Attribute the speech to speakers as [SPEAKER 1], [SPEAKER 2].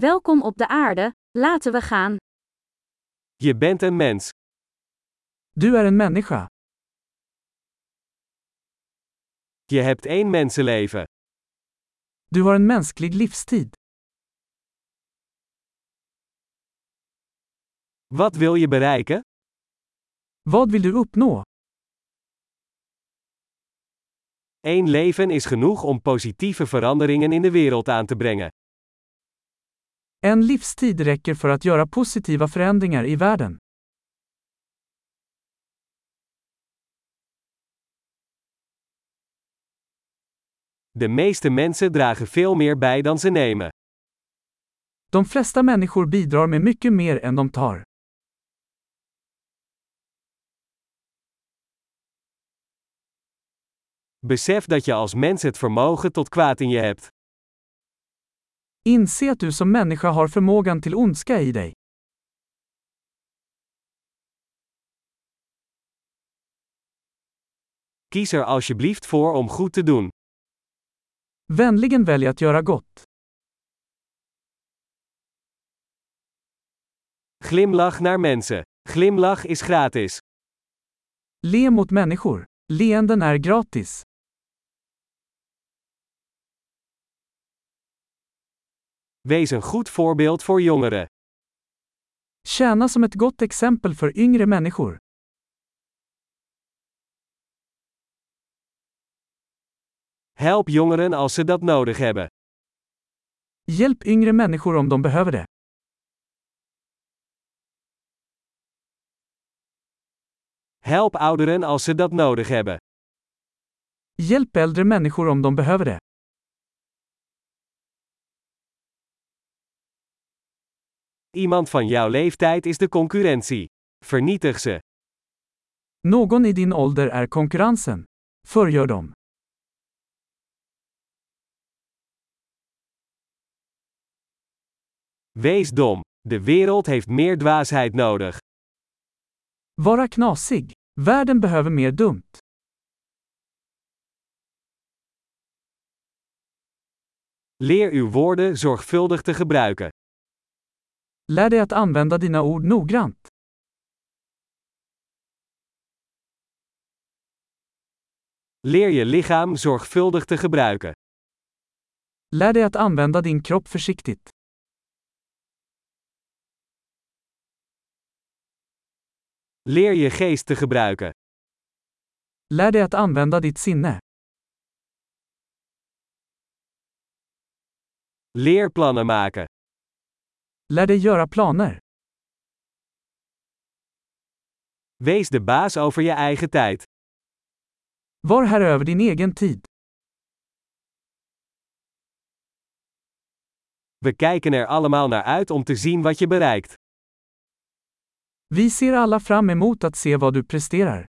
[SPEAKER 1] Welkom op de aarde, laten we gaan.
[SPEAKER 2] Je bent een mens.
[SPEAKER 3] Du är en människa.
[SPEAKER 2] Je hebt één mensenleven.
[SPEAKER 3] Du har en mänsklig livstid.
[SPEAKER 2] Wat wil je bereiken?
[SPEAKER 3] Vad vill du uppnå?
[SPEAKER 2] Eén leven is genoeg om positieve veranderingen in de wereld aan te brengen.
[SPEAKER 3] En livstid räcker för att göra positiva förändringar i världen.
[SPEAKER 2] De meeste mensen dragen veel meer bij dan ze nemen.
[SPEAKER 3] De flesta människor bidrar med mycket mer än de tar.
[SPEAKER 2] Besef dat je als mens het vermogen tot kwaad in je hebt.
[SPEAKER 3] Inse att du som människa har förmågan till ondska i dig.
[SPEAKER 2] Kies er alsjeblieft voor om goed te doen.
[SPEAKER 3] Vänligen välj att göra gott.
[SPEAKER 2] Glimlach naar mensen. Glimlach is gratis.
[SPEAKER 3] Le mot människor. Leenden är gratis.
[SPEAKER 2] Wees een goed voorbeeld voor jongeren.
[SPEAKER 3] Tjäna som ett gott exempel för yngre människor.
[SPEAKER 2] Help jongeren als ze dat nodig hebben.
[SPEAKER 3] Hjälp yngre människor om de behöver det.
[SPEAKER 2] Help ouderen als ze dat nodig hebben.
[SPEAKER 3] Hjälp äldre människor om de behöver det.
[SPEAKER 2] Iemand van jouw leeftijd is de concurrentie. Vernietig ze.
[SPEAKER 3] Någon i din ålder är konkurrensen. Förgör dem.
[SPEAKER 2] Wees dom. De wereld heeft meer dwaasheid nodig.
[SPEAKER 3] Vara knasig. Världen behöver mer dumt.
[SPEAKER 2] Leer uw woorden zorgvuldig te gebruiken.
[SPEAKER 3] Lär dig att använda dina ord noggrant.
[SPEAKER 2] Leer je lichaam zorgvuldig te gebruiken.
[SPEAKER 3] Lär dig att använda din kropp försiktigt.
[SPEAKER 2] Leer je geest te gebruiken.
[SPEAKER 3] Lär dig att använda ditt sinne.
[SPEAKER 2] Leer plannen maken.
[SPEAKER 3] Lär dig göra planer.
[SPEAKER 2] Wees de baas over je eigen tijd.
[SPEAKER 3] Var här över din egen tid.
[SPEAKER 2] We kijken er allemaal naar uit om te zien wat je bereikt.
[SPEAKER 3] Vi ser alla fram emot att se vad du presterar.